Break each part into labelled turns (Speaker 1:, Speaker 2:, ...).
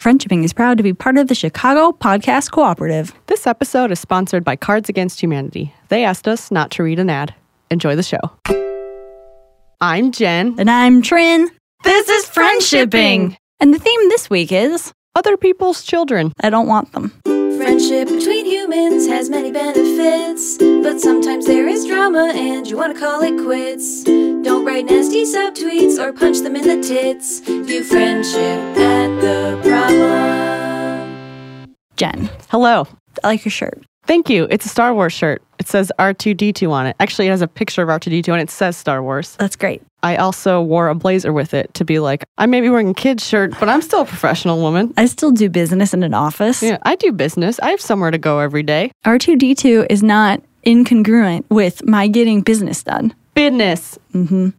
Speaker 1: Friendshiping is proud to be part of the Chicago Podcast Cooperative.
Speaker 2: This episode is sponsored by Cards Against Humanity. They asked us not to read an ad. Enjoy the show. I'm Jen.
Speaker 1: And I'm Trin.
Speaker 2: This is Friendshipping.
Speaker 1: And the theme this week is
Speaker 2: Other people's children.
Speaker 1: I don't want them.
Speaker 3: Friendship between humans has many benefits, but sometimes there is drama and you want to call it quits. Don't write nasty subtweets or punch them in the tits. View friendship at the problem.
Speaker 1: Jen,
Speaker 2: Hello.
Speaker 1: I like your shirt.
Speaker 2: Thank you. It's a Star Wars shirt. It says R2D2 on it. Actually, it has a picture of R2D2 and it says Star Wars.
Speaker 1: That's great.
Speaker 2: I also wore a blazer with it to be like, I may be wearing a kid's shirt, but I'm still a professional woman.
Speaker 1: I still do business in an office.
Speaker 2: Yeah, I do business. I have somewhere to go every day.
Speaker 1: R2D2 is not incongruent with my getting business done.
Speaker 2: Business.
Speaker 1: hmm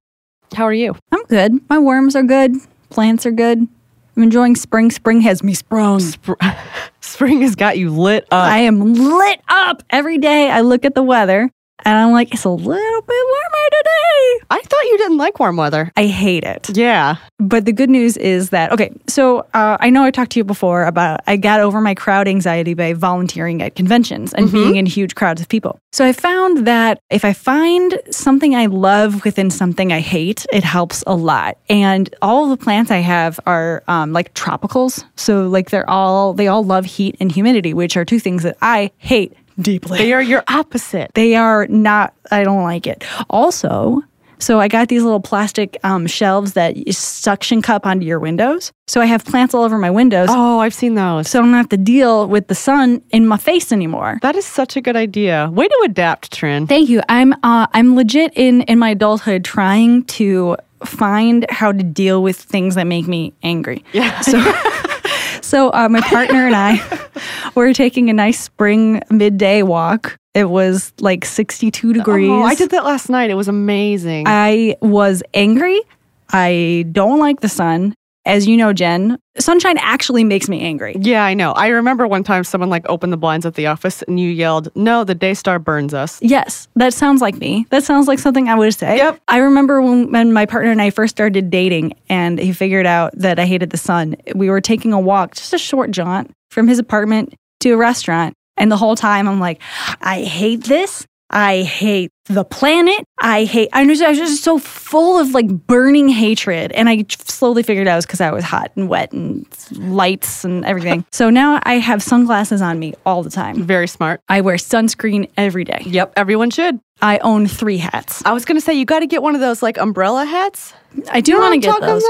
Speaker 2: How are you?
Speaker 1: I'm good. My worms are good. Plants are good. I'm enjoying spring. Spring has me sprung.
Speaker 2: Spr- Spring has got you lit up.
Speaker 1: I am lit up every day. I look at the weather and I'm like, it's a little bit warmer today.
Speaker 2: I thought you didn't like warm weather.
Speaker 1: I hate it.
Speaker 2: Yeah.
Speaker 1: But the good news is that, okay, so uh, I know I talked to you before about I got over my crowd anxiety by volunteering at conventions and being in huge crowds of people. So I found that if I find something I love within something I hate, it helps a lot. And all the plants I have are um, like tropicals. So like they're all, they all love heat and humidity, which are two things that I hate deeply.
Speaker 2: They are your opposite.
Speaker 1: They are not, I don't like it. Also, so I got these little plastic um, shelves that you suction cup onto your windows. So I have plants all over my windows.
Speaker 2: Oh, I've seen those.
Speaker 1: So I don't have to deal with the sun in my face anymore.
Speaker 2: That is such a good idea. Way to adapt, Trin.
Speaker 1: Thank you. I'm uh, I'm legit in in my adulthood trying to find how to deal with things that make me angry. Yeah. So so uh, my partner and I were taking a nice spring midday walk. It was like 62 degrees.
Speaker 2: Oh, I did that last night. It was amazing.
Speaker 1: I was angry. I don't like the sun. As you know, Jen, sunshine actually makes me angry.
Speaker 2: yeah, I know. I remember one time someone like opened the blinds at the office and you yelled, "No, the day star burns us."
Speaker 1: Yes, that sounds like me. That sounds like something I would say.
Speaker 2: Yep.
Speaker 1: I remember when, when my partner and I first started dating and he figured out that I hated the sun. We were taking a walk, just a short jaunt from his apartment to a restaurant. And the whole time I'm like, I hate this. I hate the planet. I hate, I was I was just so full of like burning hatred. And I slowly figured out it was because I was hot and wet and lights and everything. so now I have sunglasses on me all the time.
Speaker 2: Very smart.
Speaker 1: I wear sunscreen every day.
Speaker 2: Yep, everyone should.
Speaker 1: I own three hats.
Speaker 2: I was going to say you got to get one of those like umbrella hats.
Speaker 1: I do want to get those.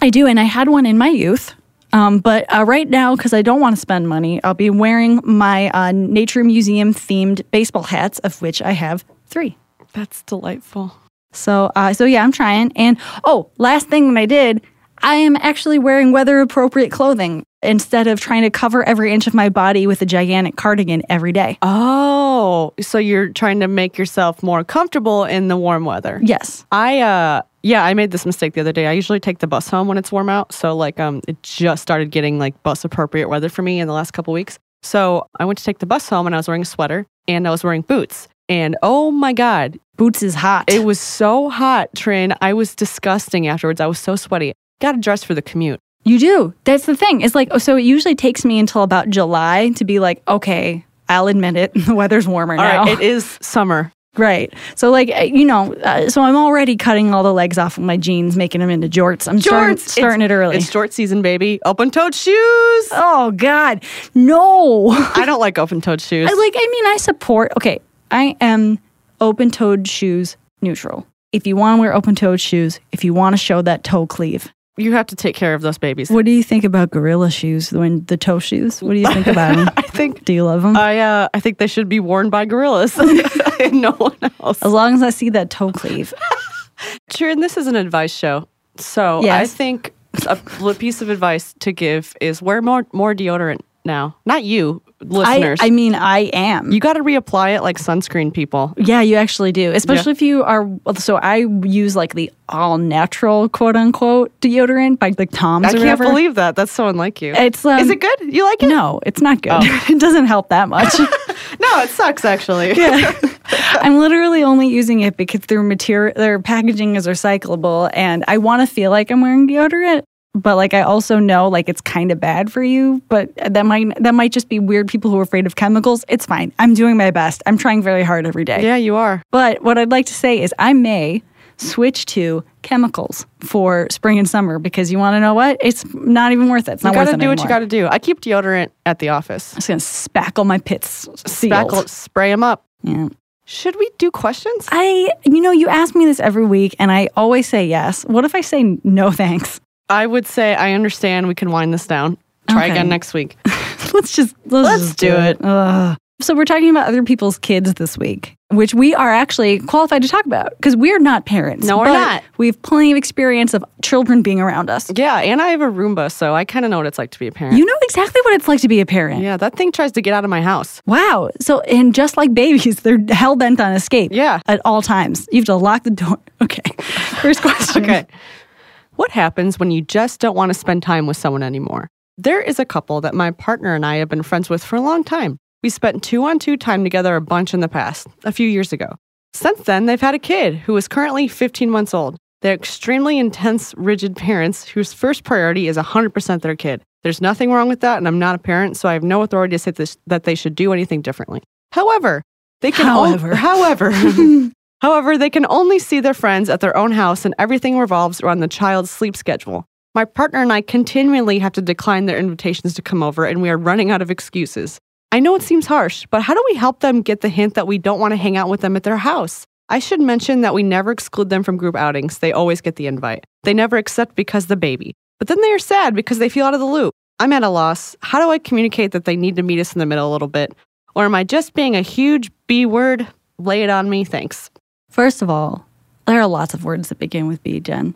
Speaker 1: I do, and I had one in my youth. Um, but uh, right now, because I don't want to spend money, I'll be wearing my uh, Nature Museum themed baseball hats, of which I have three.
Speaker 2: That's delightful.
Speaker 1: So, uh, so yeah, I'm trying. And oh, last thing that I did, I am actually wearing weather appropriate clothing instead of trying to cover every inch of my body with a gigantic cardigan every day.
Speaker 2: Oh, so you're trying to make yourself more comfortable in the warm weather.
Speaker 1: Yes.
Speaker 2: I uh yeah, I made this mistake the other day. I usually take the bus home when it's warm out, so like um it just started getting like bus appropriate weather for me in the last couple weeks. So, I went to take the bus home and I was wearing a sweater and I was wearing boots. And oh my god,
Speaker 1: Boots is hot.
Speaker 2: it was so hot, Trin. I was disgusting afterwards. I was so sweaty. Got to dress for the commute.
Speaker 1: You do. That's the thing. It's like, oh, so it usually takes me until about July to be like, okay, I'll admit it. The weather's warmer
Speaker 2: All
Speaker 1: now.
Speaker 2: right, it is summer.
Speaker 1: right. So, like, uh, you know, uh, so I'm already cutting all the legs off of my jeans, making them into jorts. I'm starting,
Speaker 2: Shorts.
Speaker 1: starting it
Speaker 2: It's-
Speaker 1: early.
Speaker 2: It's short season, baby. Open-toed shoes.
Speaker 1: oh, God. No.
Speaker 2: I don't like open-toed shoes.
Speaker 1: I like, I mean, I support, okay, I am open toed shoes neutral. If you want to wear open toed shoes, if you want to show that toe cleave,
Speaker 2: you have to take care of those babies.
Speaker 1: what do you think about gorilla shoes, when the toe shoes? What do you think about them?
Speaker 2: I think
Speaker 1: do you love them?
Speaker 2: I uh, I think they should be worn by gorillas and no one else.
Speaker 1: As long as I see that toe cleave.
Speaker 2: Sharon, this is an advice show, so I
Speaker 1: Yes.
Speaker 2: think a li- piece of advice to give is wear more more deodorant now. Not you,
Speaker 1: I,
Speaker 2: listeners.
Speaker 1: I mean, I am.
Speaker 2: you got to reapply it like sunscreen, people.
Speaker 1: yeah, you actually do. Especially if you are. So I use like the all natural quote unquote deodorant by like Tom's.
Speaker 2: I
Speaker 1: or
Speaker 2: can't
Speaker 1: whatever.
Speaker 2: believe that. That's so unlike you.
Speaker 1: It's, um,
Speaker 2: is it good? Oh. You like it?
Speaker 1: No, it's not good. it doesn't help that much.
Speaker 2: No, it sucks actually.
Speaker 1: I'm literally only using it because their material, their packaging is recyclable, and I want to feel like I'm wearing deodorant. but like I also know like it's kind of bad for you, but that might that might just be weird people who are afraid of chemicals. It's fine. I'm doing my best. I'm trying very hard every day.
Speaker 2: Yeah, you are.
Speaker 1: But what I'd like to say is I may switch to chemicals for spring and summer because you want to know what? It's not even worth it. It's
Speaker 2: You
Speaker 1: not
Speaker 2: gotta
Speaker 1: worth it
Speaker 2: do what you
Speaker 1: anymore.
Speaker 2: gotta do. I keep deodorant at the office.
Speaker 1: I'm just gonna spackle my pits sealed.
Speaker 2: Spackle, spray them up.
Speaker 1: Yeah.
Speaker 2: Should we do questions?
Speaker 1: I, you know, you ask me this every week, and I always say yes. What if I say no thanks?
Speaker 2: I would say I understand. We can wind this down. Try
Speaker 1: Okay.
Speaker 2: again next week.
Speaker 1: let's just let's,
Speaker 2: Let's
Speaker 1: just
Speaker 2: do it.
Speaker 1: Ugh. So we're talking about other people's kids this week, which we are actually qualified to talk about because we're not parents.
Speaker 2: No, we're
Speaker 1: but
Speaker 2: not.
Speaker 1: We have plenty of experience of children being around us.
Speaker 2: Yeah, and I have a Roomba, so I kind of know what it's like to be a parent.
Speaker 1: You know exactly what it's like to be a parent.
Speaker 2: yeah, that thing tries to get out of my house.
Speaker 1: Wow. So and just like babies, they're hell bent on escape.
Speaker 2: Yeah.
Speaker 1: At all times, you have to lock the door. Okay. First question.
Speaker 2: Okay. What happens when you just don't want to spend time with someone anymore? There is a couple that my partner and I have been friends with for a long time. We spent two on two time together a bunch in the past, a few years ago. Since then, they've had a kid who is currently 15 months old. They're extremely intense, rigid parents whose first priority is 100% their kid. There's nothing wrong with that, and I'm not a parent, so I have no authority to say this, that they should do anything differently. However, they can on-
Speaker 1: However.
Speaker 2: however, However, they can only see their friends at their own house and everything revolves around the child's sleep schedule. My partner and I continually have to decline their invitations to come over and we are running out of excuses. I know it seems harsh, but how do we help them get the hint that we don't want to hang out with them at their house? I should mention that we never exclude them from group outings. They always get the invite. They never accept because the baby. But then they are sad because they feel out of the loop. I'm at a loss. How do I communicate that they need to meet us in the middle a little bit? Or am I just being a huge B word? Lay it on me, thanks.
Speaker 1: First of all, there are lots of words that begin with B, Jen.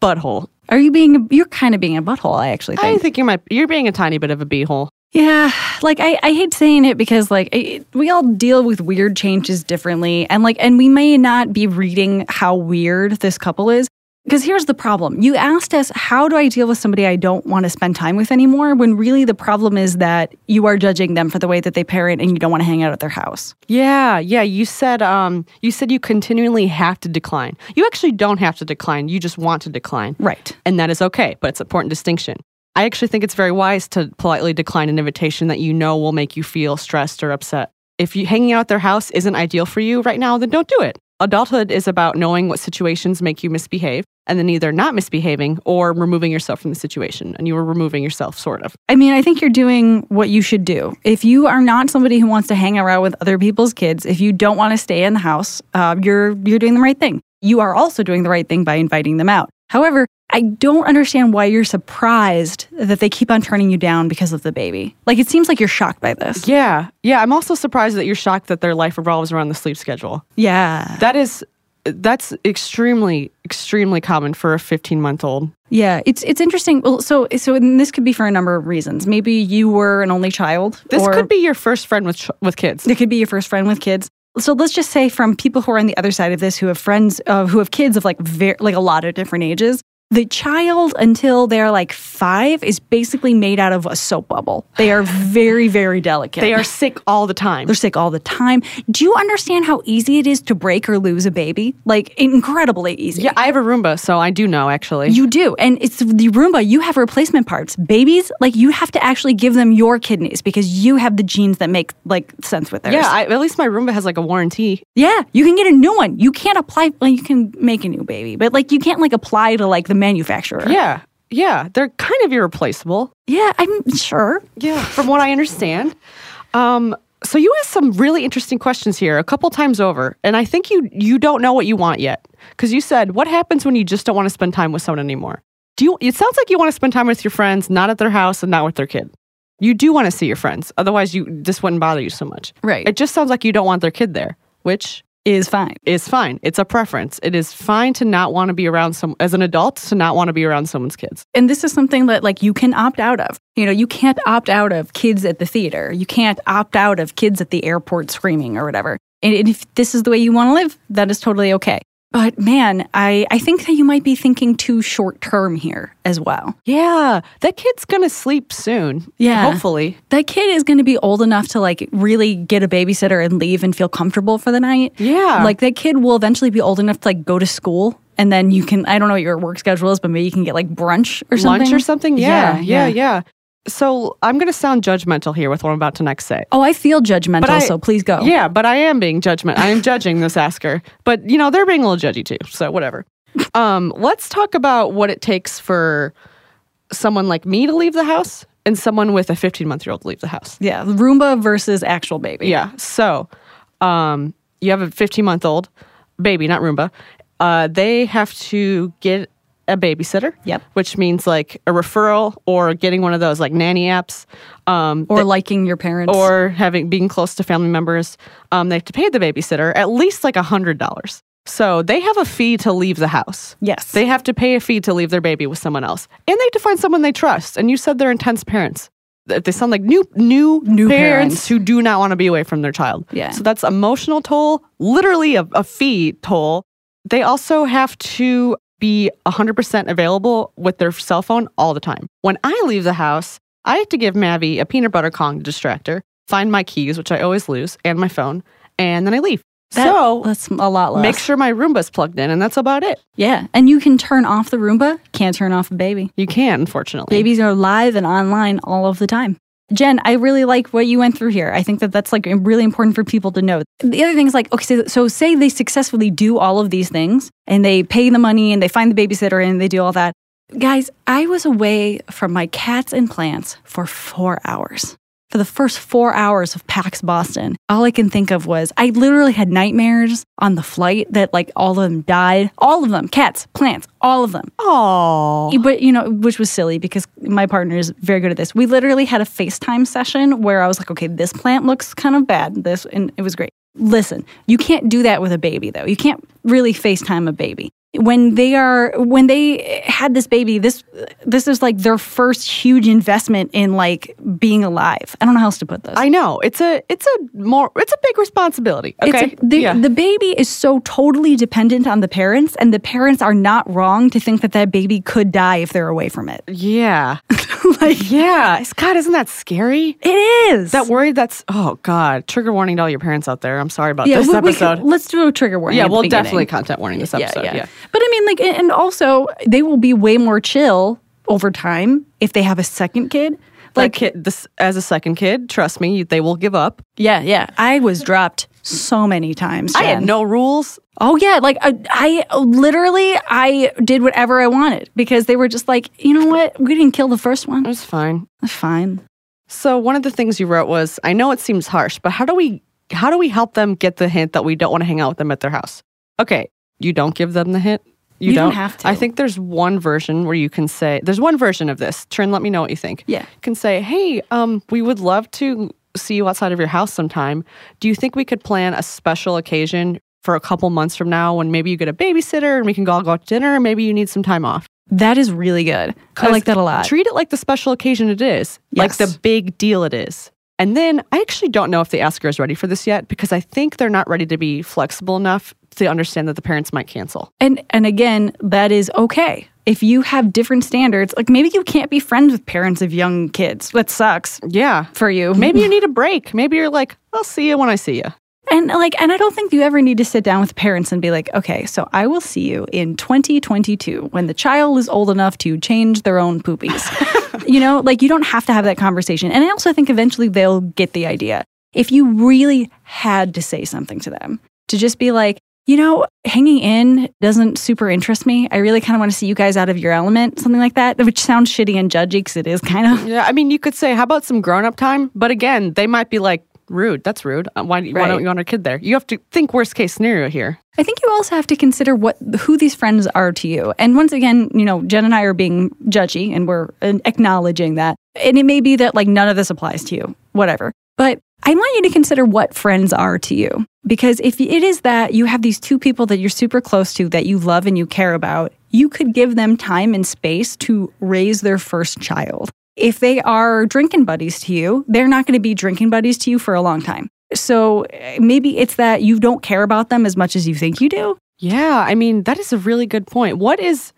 Speaker 2: butthole.
Speaker 1: Are you being? You're kind of being a butthole. I actually think.
Speaker 2: I think you might you're being a tiny bit of a beehole.
Speaker 1: Yeah, like I, I hate saying it because like I, we all deal with weird changes differently, and like and we may not be reading how weird this couple is. Because here's the problem: you asked us, "How do I deal with somebody I don't want to spend time with anymore?" When really the problem is that you are judging them for the way that they parent, and you don't want to hang out at their house.
Speaker 2: Yeah, yeah. You said um you said you continually have to decline. You actually don't have to decline, you just want to decline.
Speaker 1: Right.
Speaker 2: And that is okay, but it's an important distinction. I actually think it's very wise to politely decline an invitation that you know will make you feel stressed or upset. If you hanging out at their house isn't ideal for you right now, then don't do it. Adulthood is about knowing what situations make you misbehave and then either not misbehaving or removing yourself from the situation. And you were removing yourself, sort of.
Speaker 1: I mean, I think you're doing what you should do. If you are not somebody who wants to hang around with other people's kids, if you don't want to stay in the house, uh, you're you're doing the right thing. You are also doing the right thing by inviting them out. However, I don't understand why you're surprised that they keep on turning you down because of the baby. Like it seems like you're shocked by this.
Speaker 2: Yeah. Yeah. I'm also surprised that you're shocked that their life revolves around the sleep schedule.
Speaker 1: Yeah.
Speaker 2: That is, that's extremely, extremely common for a 15 month old.
Speaker 1: Yeah, it's it's interesting. Well, so so and this could be for a number of reasons. Maybe you were an only child.
Speaker 2: This
Speaker 1: or-
Speaker 2: could be your first friend with, ch- with kids.
Speaker 1: It could be your first friend with kids. So let's just say from people who are on the other side of this, who have friends, uh, who have kids of like ver- like a lot of different ages. The child until they're like five is basically made out of a soap bubble. They are very very delicate.
Speaker 2: They are sick all the time.
Speaker 1: They're sick all the time. Do you understand how easy it is to break or lose a baby? Like incredibly easy.
Speaker 2: Yeah. I have a Roomba, so I do know actually.
Speaker 1: You do. And it's the Roomba, you have replacement parts. Babies, like you have to actually give them your kidneys because you have the genes that make like sense with theirs.
Speaker 2: yeah. I, at least my Roomba has like a warranty.
Speaker 1: Yeah, you can get a new one. You can't apply. Well, you can make a new baby, but like you can't like apply to like the manufacturer.
Speaker 2: Yeah. Yeah. They're kind of irreplaceable.
Speaker 1: yeah, I'm sure.
Speaker 2: Yeah, from what I understand. Um, so you asked some really interesting questions here a couple times over, and I think you you don't know what you want yet because you said what happens when you just don't want to spend time with someone anymore. Do you? It sounds like you want to spend time with your friends, not at their house and not with their kid. You do want to see your friends, otherwise you this wouldn't bother you so much.
Speaker 1: Right.
Speaker 2: It just sounds like you don't want their kid there, which
Speaker 1: Is fine.
Speaker 2: is fine. It's a preference. It is fine to not want to be around some as an adult to not want to be around someone's kids.
Speaker 1: And this is something that like you can opt out of. You know, you can't opt out of kids at the theater. You can't opt out of kids at the airport screaming or whatever. And and if this is the way you want to live, that is totally okay. But man, I, I think that you might be thinking too short term here as well.
Speaker 2: Yeah, that kid's gonna sleep soon.
Speaker 1: Yeah.
Speaker 2: hopefully.
Speaker 1: That kid is going to be old enough to like really get a babysitter and leave and feel comfortable for the night.
Speaker 2: Yeah.
Speaker 1: Like that kid will eventually be old enough to like go to school and then you can I don't know what your work schedule is, but maybe you can get like brunch or something.
Speaker 2: Lunch or something? Yeah.
Speaker 1: Yeah,
Speaker 2: Yeah. Yeah.
Speaker 1: yeah.
Speaker 2: So I'm going to sound judgmental here with what I'm about to next say.
Speaker 1: oh, I feel judgmental,
Speaker 2: But I-
Speaker 1: so please go.
Speaker 2: Yeah, but I am being judgment. I am judging this asker. But you know, they're being a little judgy too. So whatever. Um, let's talk about what it takes for someone like me to leave the house and someone with a 15 month year old to leave the house.
Speaker 1: Yeah, Roomba versus actual baby.
Speaker 2: Yeah. So, um, you have a 15 month old baby, not Roomba. Uh, they have to get a babysitter.
Speaker 1: Yep.
Speaker 2: Which means like a referral or getting one of those like nanny apps. Um,
Speaker 1: Or liking your parents.
Speaker 2: or having being close to family members, um, they have to pay the babysitter at least like hundred dollars. So they have a fee to leave the house.
Speaker 1: yes.
Speaker 2: They have to pay a fee to leave their baby with someone else, and they have to find someone they trust. And you said they're intense parents. Th- They sound like new new,
Speaker 1: New
Speaker 2: parents,
Speaker 1: parents.
Speaker 2: who do not want to be away from their child.
Speaker 1: Yeah.
Speaker 2: So that's emotional toll, literally a, a fee toll. They also have to be 100% available with their cell phone all the time. When I leave the house, I have to give Mavi a peanut butter Kong to distract her, find my keys, which I always lose, and my phone, and then I leave.
Speaker 1: That-
Speaker 2: so
Speaker 1: that's a lot less.
Speaker 2: make sure my Roomba's plugged in, and that's about it.
Speaker 1: Yeah, and you can turn off the Roomba. Can't turn off a baby.
Speaker 2: You can, unfortunately.
Speaker 1: Babies are live and online all of the time. Jen, I really like what you went through here. I think that that's like really important for people to know. The other thing is like, okay, so, so say they successfully do all of these things and they pay the money and they find the babysitter and they do all that. Guys, I was away from my cats and plants for four hours. For the first four hours of PAX Boston, all I can think of was I literally had nightmares on the flight that like all of them died. All of them, cats, plants, all of them.
Speaker 2: Oh.
Speaker 1: But you know, which was silly because my partner is very good at this. We literally had a FaceTime session where I was like, okay, this plant looks kind of bad. This and it was great. Listen, you can't do that with a baby though. You can't really FaceTime a baby. When they are when they had this baby, this this is like their first huge investment in like being alive. I don't know how else to put this.
Speaker 2: I know. It's a it's a more it's a big responsibility.
Speaker 1: It's-
Speaker 2: Okay.
Speaker 1: the,
Speaker 2: yeah.
Speaker 1: the baby is so totally dependent on the parents, and the parents are not wrong to think that that baby could die if they're away from it.
Speaker 2: yeah.
Speaker 1: like
Speaker 2: Yeah. It's- God, isn't that scary?
Speaker 1: it is
Speaker 2: That worried that's oh god. Trigger warning to all your parents out there. I'm sorry about this
Speaker 1: we- we could-
Speaker 2: episode.
Speaker 1: let's do a trigger warning.
Speaker 2: yeah,
Speaker 1: at the
Speaker 2: well
Speaker 1: beginning.
Speaker 2: definitely content warning this episode. Yeah.
Speaker 1: But I mean, like, and and also they will be way more chill over time if they have a second kid.
Speaker 2: Like
Speaker 1: Like,
Speaker 2: kid this as a second kid, trust me, they will give up.
Speaker 1: yeah, yeah. I was dropped so many times.
Speaker 2: I had
Speaker 1: Jen.
Speaker 2: no rules.
Speaker 1: Oh yeah, like I, I literally I did whatever I wanted because they were just like, you know what? We didn't kill the first
Speaker 2: It
Speaker 1: one.
Speaker 2: was fine.
Speaker 1: Fine.
Speaker 2: So one of the things you wrote was, I know it seems harsh, but how do we how do we help them get the hint that we don't want to hang out with them at their house? Okay, you don't give them the hint. You,
Speaker 1: You don't have to.
Speaker 2: I think there's one version where you can say there's one version of this. Trin, let me know what you think.
Speaker 1: Yeah.
Speaker 2: You can say, hey, um, we would love to see you outside of your house sometime. Do you think we could plan a special occasion for a couple months from now when maybe you get a babysitter and we can go all go out to dinner? Maybe you need some time off.
Speaker 1: That is really good. I like that a lot.
Speaker 2: Treat it like the special occasion it is, like
Speaker 1: Yes.
Speaker 2: the big deal it is. And then I actually don't know if the asker is ready for this yet because I think they're not ready to be flexible enough to understand that the parents might cancel.
Speaker 1: And and again, that is okay. If you have different standards, like maybe you can't be friends with parents of young kids. That sucks
Speaker 2: Yeah.
Speaker 1: for you.
Speaker 2: Maybe you need a break. Maybe you're like, I'll see you when I see you.
Speaker 1: And like and I don't think you ever need to sit down with parents and be like, "Okay, so I will see you in 2022 when the child is old enough to change their own poopies." you know, like you don't have to have that conversation. And I also think eventually they'll get the idea. If you really had to say something to them, to just be like, you know, hanging in doesn't super interest me. I really kind of want to see you guys out of your element, something like that, which sounds shitty and judgy because it is kind of.
Speaker 2: Yeah. I mean, you could say, how about some grown up time? But again, they might be like, rude. That's rude. Uh, Why, why
Speaker 1: Right.
Speaker 2: don't you want our kid there? You have to think worst case scenario here.
Speaker 1: I think you also have to consider what who these friends are to you. And once again, you know, Jen and I are being judgy and we're uh, acknowledging that. And it may be that like none of this applies to you, whatever. But I want you to consider what friends are to you because if it is that you have these two people that you're super close to that you love and you care about, you could give them time and space to raise their first child. If they are drinking buddies to you, they're not going to be drinking buddies to you for a long time. So eh, maybe it's that you don't care about them as much as you think you do.
Speaker 2: Yeah, I mean that is a really good point. What is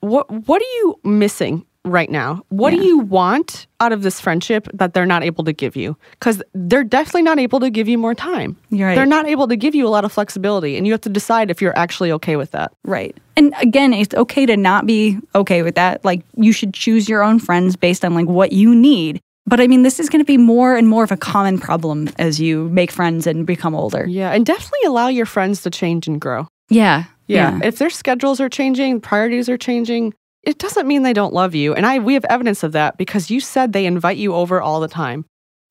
Speaker 2: what what are you missing right now. What do you want out of this friendship that they're not able to give you? Because they're definitely not able to give you more time.
Speaker 1: You're right.
Speaker 2: They're not able to give you a lot of flexibility, and you have to decide if you're actually okay with that.
Speaker 1: Right. And again, it's okay to not be okay with that. Like you should choose your own friends based on like what you need. But I mean, this is going to be more and more of a common problem as you make friends and become older.
Speaker 2: Yeah, and definitely allow your friends to change and grow.
Speaker 1: Yeah.
Speaker 2: Yeah. If their schedules are changing, priorities are changing, it doesn't mean they don't love you. And I we have evidence of that because you said they invite you over all the time.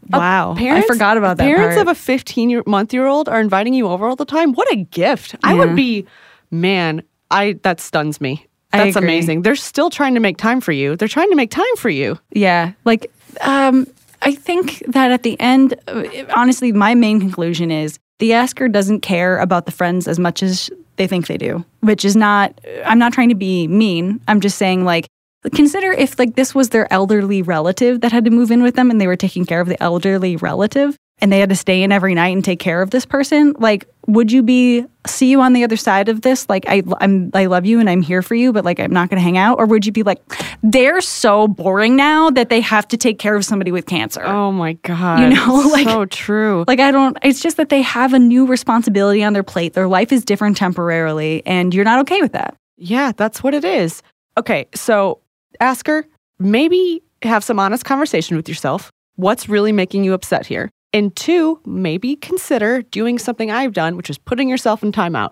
Speaker 1: Wow. I forgot about that
Speaker 2: Parents
Speaker 1: part.
Speaker 2: of a 15 year, month year old are inviting you over all the time. What a gift. I
Speaker 1: Yeah.
Speaker 2: would be, man, I that stuns me.
Speaker 1: I
Speaker 2: That's
Speaker 1: agree.
Speaker 2: amazing. They're still trying to make time for you. They're trying to make time for you.
Speaker 1: Yeah. Like, um, I think that at the end, uh, honestly, my main conclusion is the asker doesn't care about the friends as much as they think they do, which is not, I'm not trying to be mean. I'm just saying, like, consider if like this was their elderly relative that had to move in with them and they were taking care of the elderly relative and they had to stay in every night and take care of this person like would you be see you on the other side of this like I, i'm i love you and i'm here for you but like i'm not going to hang out or would you be like they're so boring now that they have to take care of somebody with cancer
Speaker 2: Oh my God.
Speaker 1: You know, like-
Speaker 2: so true.
Speaker 1: like i don't it's just that they have a new responsibility on their plate their life is different temporarily and you're not okay with that
Speaker 2: Yeah, that's what it is. Okay, so ask her, maybe have some honest conversation with yourself. What's really making you upset here? And two, maybe consider doing something I've done, which is putting yourself in timeout.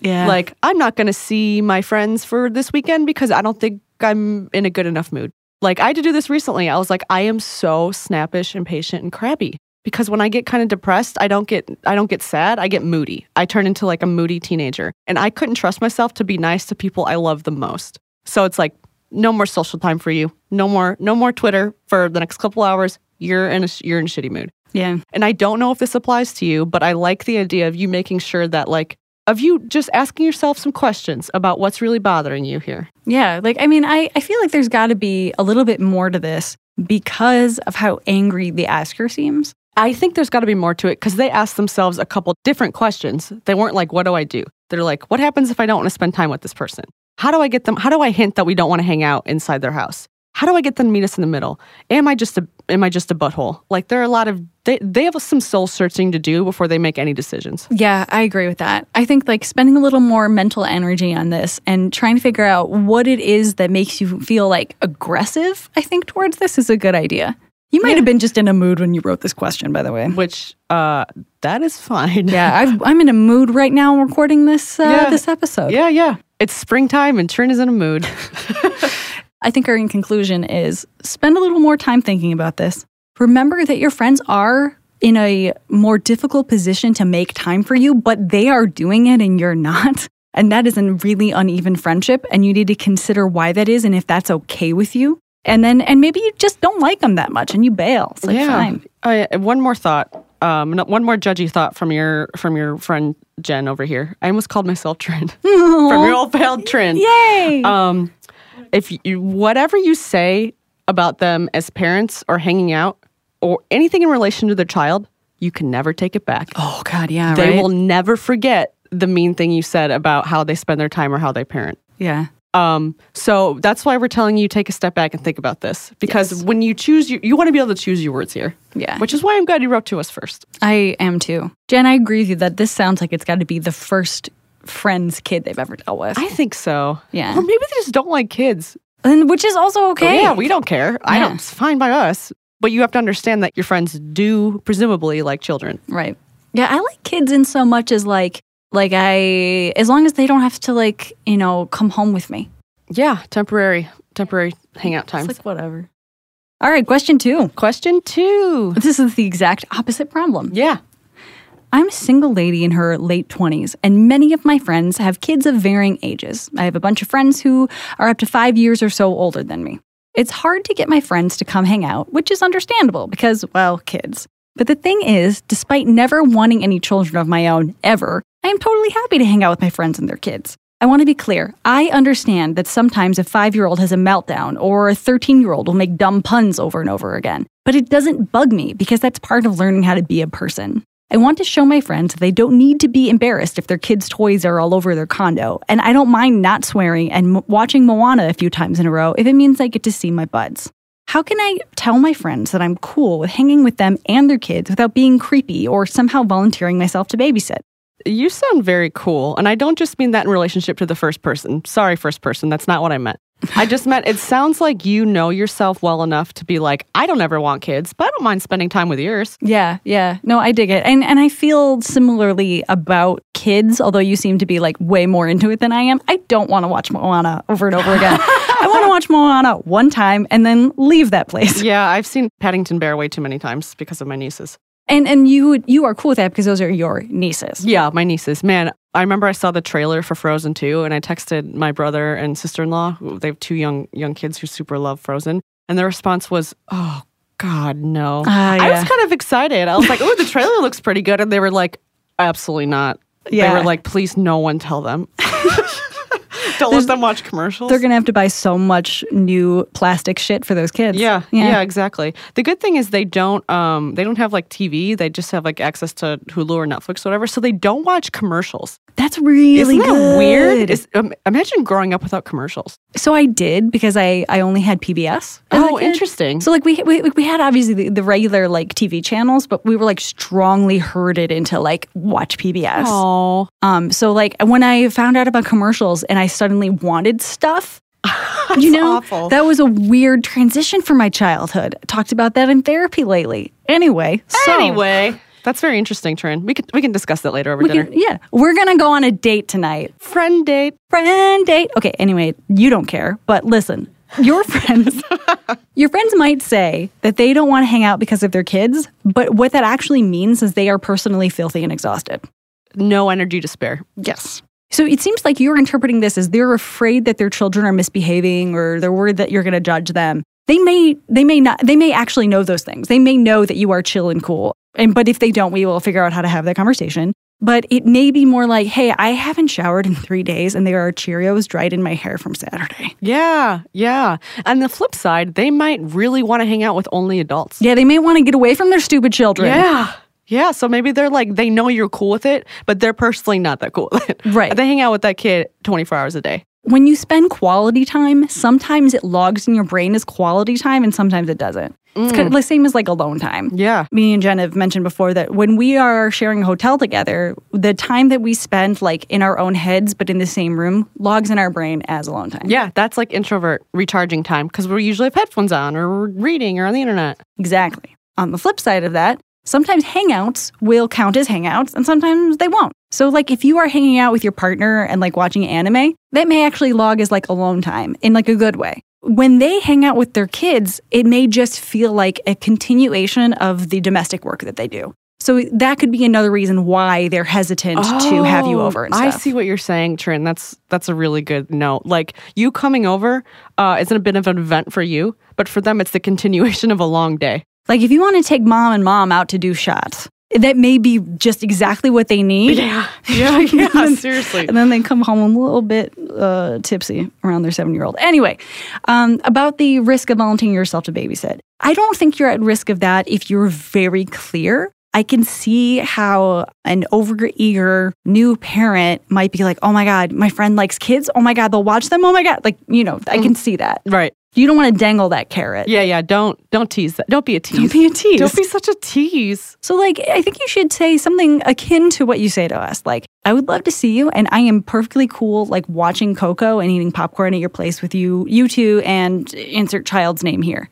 Speaker 1: yeah like
Speaker 2: Like, I'm not going to see my friends for this weekend because I don't think I'm in a good enough mood. Like, I had to do this recently. I was like, I am so snappish, impatient, and crabby because when I get kind of depressed, I don't get I don't get sad. I get moody. I turn into like a moody teenager, and I couldn't trust myself to be nice to people I love the most. So it's like, no more social time for you. No more, no more Twitter for the next couple hours. You're in a sh- you're in a shitty mood.
Speaker 1: yeah
Speaker 2: And I don't know if this applies to you, but I like the idea of you making sure that, like, of you just asking yourself some questions about what's really bothering you here.
Speaker 1: Yeah, like I mean, I, I feel like there's got to be a little bit more to this because of how angry the asker seems.
Speaker 2: I think there's got to be more to it because they asked themselves a couple different questions. They weren't like, what do I do? They're like, what happens if I don't want to spend time with this person? How do I get them? How do I hint that we don't want to hang out inside their house? How do I get them to meet us in the middle? Am I just a am I just a butthole? Like there are a lot of they, they have some soul searching to do before they make any decisions.
Speaker 1: Yeah, I agree with that. I think like spending a little more mental energy on this and trying to figure out what it is that makes you feel like aggressive, I think towards this is a good idea. You might have been just in a mood when you wrote this question, by the way.
Speaker 2: Which uh that is fine.
Speaker 1: Yeah, I've, I'm in a mood right now recording this uh,
Speaker 2: Yeah.
Speaker 1: this episode.
Speaker 2: Yeah, yeah. It's springtime and Trin is in a mood.
Speaker 1: I think our in conclusion is spend a little more time thinking about this. Remember that your friends are in a more difficult position to make time for you, but they are doing it and you're not. And that is a really uneven friendship. And you need to consider why that is and if that's okay with you. And then, and maybe you just don't like them that much and you bail. It's like, fine.
Speaker 2: I- Oh, one more thought. Um, no- one more judgy thought from your from your friend Jen over here. I almost called myself Trin. from your old pal Trin.
Speaker 1: Yay.
Speaker 2: Um, if you, whatever you say about them as parents or hanging out or anything in relation to their child, you can never take it back.
Speaker 1: oh, God. Yeah.
Speaker 2: they
Speaker 1: right?
Speaker 2: will never forget the mean thing you said about how they spend their time or how they parent.
Speaker 1: Yeah.
Speaker 2: Um, so that's why we're telling you take a step back and think about this because when you choose, you, you want to be able to choose your words here.
Speaker 1: Yeah.
Speaker 2: Which is why I'm glad you wrote to us first.
Speaker 1: I am too. Jen, I agree with you that this sounds like it's got to be the first friend's kid they've ever dealt with.
Speaker 2: I think so.
Speaker 1: Yeah.
Speaker 2: Or maybe they just don't like kids.
Speaker 1: and which is also okay.
Speaker 2: Oh, Yeah, we don't care. I
Speaker 1: Yeah.
Speaker 2: don't. It's fine by us. But you have to understand that your friends do presumably like children.
Speaker 1: right. Yeah, I like kids in so much as like like I as long as they don't have to like you know come home with me.
Speaker 2: Yeah, temporary, temporary hangout
Speaker 1: It's
Speaker 2: times.
Speaker 1: like whatever. All right, question two.
Speaker 2: Question two.
Speaker 1: This is the exact opposite problem.
Speaker 2: Yeah.
Speaker 1: I'm a single lady in her late 20s, and many of my friends have kids of varying ages. I have a bunch of friends who are up to five years or so older than me. It's hard to get my friends to come hang out, which is understandable because, well, kids. But the thing is, despite never wanting any children of my own ever, I am totally happy to hang out with my friends and their kids. I want to be clear. I understand that sometimes a five year old has a meltdown or a 13 year old will make dumb puns over and over again. But it doesn't bug me because that's part of learning how to be a person. I want to show my friends they don't need to be embarrassed if their kids' toys are all over their condo. And I don't mind not swearing and m- watching Moana a few times in a row if it means I get to see my buds. How can I tell my friends that I'm cool with hanging with them and their kids without being creepy or somehow volunteering myself to babysit?
Speaker 2: You sound very cool. And I don't just mean that in relationship to the first person. Sorry, first person. That's not what I meant. I just meant it sounds like you know yourself well enough to be like, I don't ever want kids, but I don't mind spending time with yours.
Speaker 1: Yeah, yeah. No, I dig it. And and I feel similarly about kids, although you seem to be like way more into it than I am. I don't want to watch Moana over and over again. I want to watch Moana one time and then leave that place.
Speaker 2: Yeah, I've seen Paddington Bear way too many times because of my nieces.
Speaker 1: And and you would- you are cool with that because those are your nieces.
Speaker 2: Yeah, my nieces. Man, I remember I saw the trailer for Frozen 2 and I texted my brother and sister-in-law, who- they have two young young kids who super love Frozen, and their response was, "Oh god, no."
Speaker 1: Ah,
Speaker 2: I
Speaker 1: yeah.
Speaker 2: was kind of excited. I was like, "Oh, the trailer looks pretty good." And they were like, "Absolutely not."
Speaker 1: Yeah.
Speaker 2: They were like, "Please no one tell them." Don't let them watch commercials.
Speaker 1: They're going to have to buy so much new plastic shit for those kids.
Speaker 2: Yeah, yeah, exactly. The good thing is they don't um they don't have like TV. They just have like access to Hulu or Netflix or whatever. So they don't watch commercials.
Speaker 1: That's really
Speaker 2: Isn't that
Speaker 1: good.
Speaker 2: weird? Is, um, imagine growing up without commercials.
Speaker 1: so I did because I I only had PBS. as a
Speaker 2: Oh,
Speaker 1: kid.
Speaker 2: interesting.
Speaker 1: So like we we, we had obviously the, the regular like TV channels, but we were like strongly herded into like watch PBS.
Speaker 2: Oh,
Speaker 1: Um, so like when I found out about commercials and I suddenly wanted stuff, you know,
Speaker 2: awful.
Speaker 1: that was a weird transition for my childhood. Talked about that in therapy lately. Anyway, so
Speaker 2: anyway, that's very interesting, Trin. We can we can discuss that later over
Speaker 1: we
Speaker 2: dinner.
Speaker 1: can, yeah, we're gonna go on a date tonight,
Speaker 2: Friend date.
Speaker 1: friend date. Okay, anyway, you don't care, but listen, your friends, your friends might say that they don't want to hang out because of their kids, but what that actually means is they are personally filthy and exhausted.
Speaker 2: No energy to spare.
Speaker 1: Yes. So it seems like you're interpreting this as they're afraid that their children are misbehaving or they're worried that you're going to judge them. They may they may not they may actually know those things. They may know that you are chill and cool. And but if they don't, we will figure out how to have that conversation. But it may be more like, "Hey, I haven't showered in 3 days and there are Cheerios dried in my hair from Saturday."
Speaker 2: Yeah, yeah. And the flip side, they might really want to hang out with only adults.
Speaker 1: Yeah, they may want to get away from their stupid children.
Speaker 2: Yeah. Yeah, so maybe they're like they know you're cool with it, but they're personally not that cool with it.
Speaker 1: Right.
Speaker 2: They hang out with that kid 24 hours a day.
Speaker 1: When you spend quality time, sometimes it logs in your brain as quality time and sometimes it doesn't.
Speaker 2: Mm.
Speaker 1: It's kind of the same as like alone time.
Speaker 2: Yeah.
Speaker 1: me and Jen have mentioned before that when we are sharing a hotel together, the time that we spend like in our own heads but in the same room logs in our brain as alone time.
Speaker 2: Yeah, that's like introvert recharging time because we usually have headphones on or we're reading or on the internet.
Speaker 1: Exactly. On the flip side of that, sometimes hangouts will count as hangouts and sometimes they won't. So like if you are hanging out with your partner and like watching anime, that may actually log as like alone time in like a good way. When they hang out with their kids, it may just feel like a continuation of the domestic work that they do. So that could be another reason why they're hesitant to have you
Speaker 2: Oh,
Speaker 1: over and
Speaker 2: I
Speaker 1: stuff.
Speaker 2: see what you're saying, Trin. That's that's a really good note. Like you coming over uh, isn't a bit of an event for you, but for them it's the continuation of a long day.
Speaker 1: Like if you want to take mom and mom out to do shots, that may be just exactly what they need.
Speaker 2: Yeah. Yeah, yeah, seriously.
Speaker 1: And then they come home a little bit uh, tipsy around their seven year old. Anyway, um, about the risk of volunteering yourself to babysit, I don't think you're at risk of that if you're very clear. I can see how an overeager new parent might be like, oh my God, my friend likes kids. Oh my God, they'll watch them. Oh my God. Like, you know, I can see that.
Speaker 2: Right.
Speaker 1: You don't want to dangle that carrot.
Speaker 2: Mm-hmm. Yeah, yeah. Don't don't tease that. Don't be a tease.
Speaker 1: Don't be a tease.
Speaker 2: Don't be such a tease.
Speaker 1: So, like, I think you should say something akin to what you say to us. Like, I would love to see you, and I am perfectly cool, like, watching Coco and eating popcorn at your place with you, you two, and insert child's name here.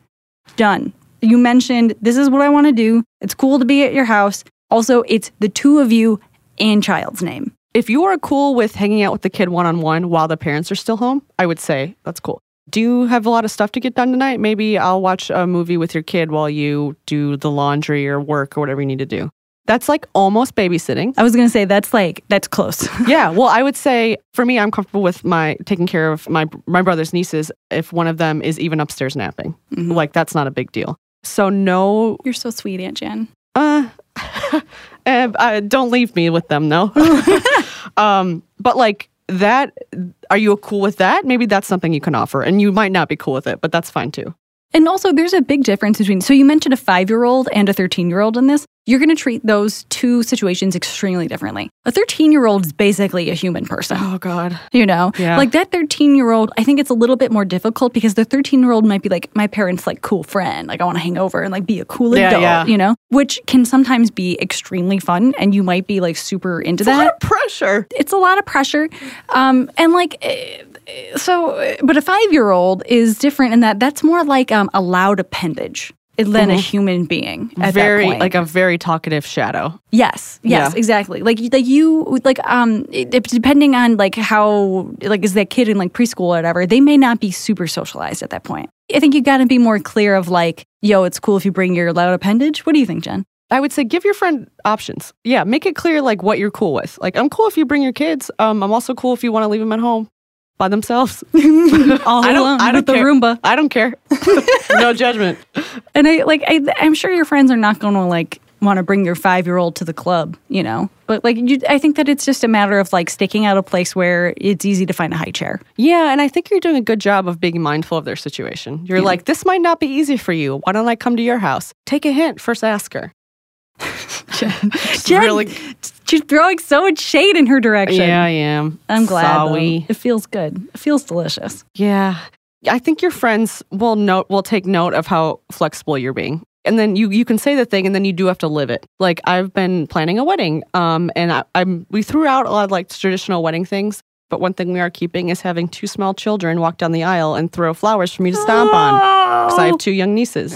Speaker 1: Done. You mentioned this is what I want to do. It's cool to be at your house. Also, it's the two of you and child's name.
Speaker 2: If you are cool with hanging out with the kid one on one while the parents are still home, I would say that's cool. Do you have a lot of stuff to get done tonight? Maybe I'll watch a movie with your kid while you do the laundry or work or whatever you need to do. That's like almost babysitting.
Speaker 1: I was going to say that's like, that's close.
Speaker 2: yeah, well, I would say for me, I'm comfortable with my taking care of my my brother's nieces if one of them is even upstairs napping. Like that's not a big deal. So no,
Speaker 1: You're so sweet, Aunt Jen.
Speaker 2: uh, uh, uh, don't leave me with them though. um, but like that, are you cool with that? Maybe that's something you can offer, and you might not be cool with it, but that's fine too.
Speaker 1: And also, there's a big difference between. So, you mentioned a five year old and a 13 year old in this. you're going to treat those two situations extremely differently. A 13 year old is basically a human person.
Speaker 2: Oh God.
Speaker 1: You know,
Speaker 2: Yeah.
Speaker 1: like that 13 year old, I think it's a little bit more difficult because the 13 year old might be like, my parents like cool friend, like I want to hang over and like be a cool
Speaker 2: Yeah,
Speaker 1: adult,
Speaker 2: yeah.
Speaker 1: you know, which can sometimes be extremely fun and you might be like super into
Speaker 2: A
Speaker 1: that
Speaker 2: lot of pressure.
Speaker 1: it's a lot of pressure um, and like eh, eh, so eh, but a five year old is different in that that's more like um, a loud appendage than a human being at
Speaker 2: Mm-hmm. very
Speaker 1: that point.
Speaker 2: like a very talkative shadow.
Speaker 1: yes yes
Speaker 2: Yeah.
Speaker 1: exactly like you- like you like um it- it- depending on like how like is that kid in like preschool or whatever they may not be super socialized at that point i think you got to be more clear of like yo it's cool if you bring your loud appendage what do you think jen
Speaker 2: I would say give your friend options. Yeah, make it clear like what you're cool with. Like I'm cool if you bring your kids. Um, I'm also cool if you want to leave them at home by themselves.
Speaker 1: all
Speaker 2: I don't-
Speaker 1: alone
Speaker 2: I don't
Speaker 1: with the
Speaker 2: care.
Speaker 1: roomba
Speaker 2: I don't care. no judgment.
Speaker 1: And I like I I'm sure your friends are not going to like want to bring your 5-year-old to the club, you know. But like you I think that it's just a matter of like sticking out a place where it's easy to find a high chair.
Speaker 2: Yeah, and I think you're doing a good job of being mindful of their situation. You're like, this might not be easy for you. Why don't I come to your house? Take a hint. First, ask her.
Speaker 1: Jen,
Speaker 2: really-
Speaker 1: she's throwing so much shade in her direction.
Speaker 2: Yeah, I am.
Speaker 1: I'm glad. though.
Speaker 2: Sorry.
Speaker 1: It feels good. It feels delicious.
Speaker 2: Yeah. I think your friends will note will take note of how flexible you're being. And then you you can say the thing and then you do have to live it. Like I've been planning a wedding. Um and I, I'm we threw out a lot of like traditional wedding things, but one thing we are keeping is having two small children walk down the aisle and throw flowers for me to stomp on.
Speaker 1: Oh.
Speaker 2: Because I have two young nieces.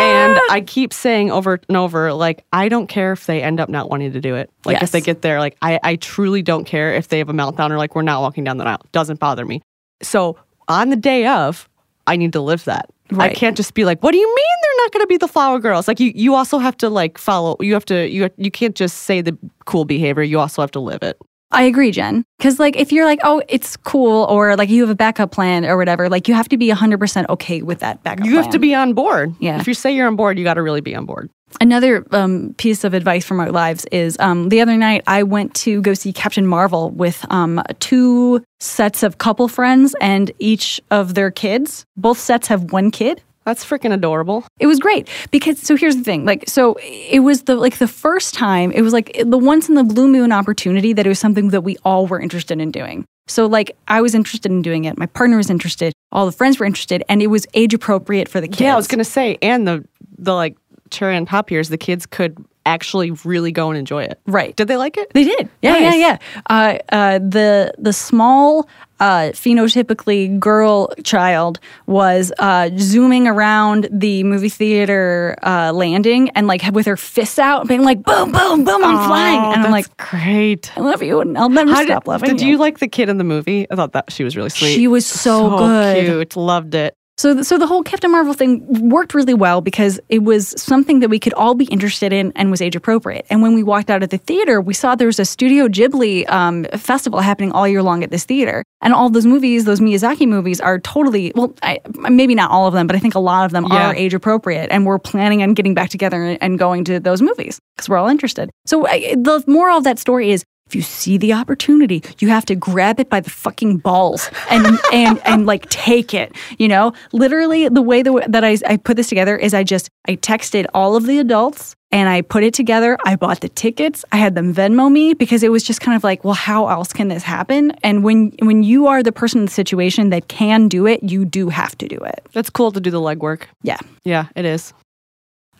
Speaker 2: And I keep saying over and over, like, I don't care if they end up not wanting to do it. Like,
Speaker 1: Yes.
Speaker 2: if they get there, like, I, I truly don't care if they have a meltdown or, like, we're not walking down the aisle. Doesn't bother me. So on the day of, I need to live that.
Speaker 1: Right.
Speaker 2: I can't just be like, what do you mean they're not going to be the flower girls? Like, you, you also have to, like, follow, you have to, you, you can't just say the cool behavior. You also have to live it.
Speaker 1: I agree, Jen. Because like if you're like, oh, it's cool, or like you have a backup plan or whatever, like you have to be 100% okay with that backup
Speaker 2: You have to
Speaker 1: plan.
Speaker 2: be on board.
Speaker 1: Yeah.
Speaker 2: If you say you're on board, you got to really be on board.
Speaker 1: another um, piece of advice from our lives is um, the other night I went to go see Captain Marvel with um, two sets of couple friends and each of their kids. Both sets have one kid.
Speaker 2: That's freaking adorable.
Speaker 1: It was great because so here's the thing like so it was the like the first time it was like the once in the blue moon opportunity that it was something that we all were interested in doing. So like I was interested in doing it, my partner was interested, all the friends were interested and it was age appropriate for the kids.
Speaker 2: Yeah, I was gonna say, and the the like cherry on top here is the kids could actually really go and enjoy it.
Speaker 1: Right.
Speaker 2: Did they like it?
Speaker 1: They did. Yeah, yeah,
Speaker 2: Nice.
Speaker 1: yeah. Uh, uh, the the small uh, phenotypically girl child was uh, zooming around the movie theater uh, landing and like with her fists out, being like boom, boom, boom, I'm flying, and I'm like,
Speaker 2: great.
Speaker 1: I love you, and I'll never
Speaker 2: How
Speaker 1: stop loving
Speaker 2: did you like the kid in the movie? I thought that she was really sweet.
Speaker 1: She was so, good.
Speaker 2: cute. Loved it.
Speaker 1: So, th- so the whole Captain Marvel thing worked really well because it was something that we could all be interested in and was age appropriate. And when we walked out of the theater, we saw there was a Studio Ghibli um, festival happening all year long at this theater, and all those movies, those Miyazaki movies, are totally well, I, maybe not all of them, but I think a lot of them
Speaker 2: Yeah.
Speaker 1: are age appropriate. And we're planning on getting back together and- and going to those movies because we're all interested. So, I, the moral of that story is. If you see the opportunity, you have to grab it by the fucking balls and and and like take it. You know, literally the way that, that I, I put this together is I just I texted all of the adults and I put it together. I bought the tickets. I had them Venmo me because it was just kind of like, well, how else can this happen? And when when you are the person in the situation that can do it, you do have to do it.
Speaker 2: That's cool to do the legwork.
Speaker 1: Yeah.
Speaker 2: Yeah, it is.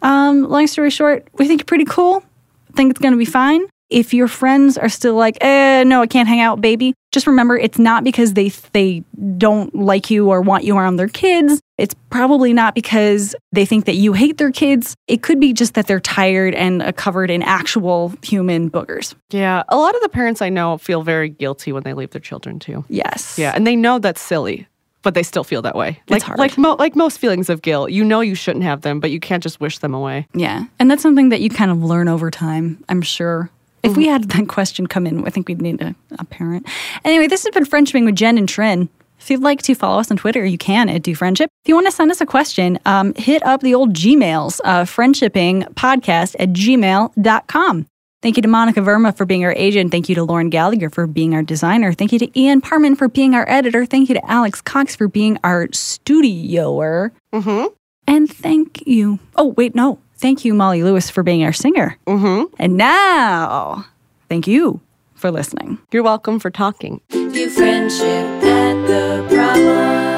Speaker 1: Um, long story short, we think it's pretty cool. Think it's going to be fine. If your friends are still like, eh, no, I can't hang out, baby, just remember it's not because they they don't like you or want you around their kids. It's probably not because they think that you hate their kids. It could be just that they're tired and uh, covered in actual human boogers.
Speaker 2: Yeah, a lot of the parents I know feel very guilty when they leave their children too.
Speaker 1: Yes.
Speaker 2: Yeah, and they know that's silly, but they still feel that way. Like
Speaker 1: hard.
Speaker 2: like mo- like most feelings of guilt, you know you shouldn't have them, but you can't just wish them away.
Speaker 1: Yeah. And that's something that you kind of learn over time, I'm sure. If we had that question come in, I think we'd need a, a parent. Anyway, this has been Friendshiping with Jen and Trin. If you'd like to follow us on Twitter, you can at Do Friendship. If you want to send us a question, um, hit up the old Gmails, uh, friendshippingpodcast at gmail.com. Thank you to Monica Verma for being our agent. Thank you to Lauren Gallagher for being our designer. Thank you to Ian Parman for being our editor. Thank you to Alex Cox for being our studioer.
Speaker 2: Mm-hmm.
Speaker 1: And thank you. Oh, wait, no. Thank you, Molly Lewis, for being our singer.
Speaker 2: Mm-hmm.
Speaker 1: And now, thank you for listening.
Speaker 2: You're welcome for talking.
Speaker 3: View friendship at the problem.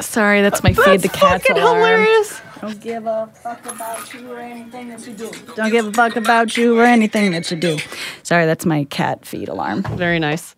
Speaker 4: Sorry, that's my feed the cats
Speaker 2: fucking
Speaker 4: alarm.
Speaker 2: hilarious.
Speaker 5: Don't give a fuck about you or anything that you do. Don't give a fuck about you or anything that you do.
Speaker 1: Sorry, that's my cat feed alarm.
Speaker 2: Very nice.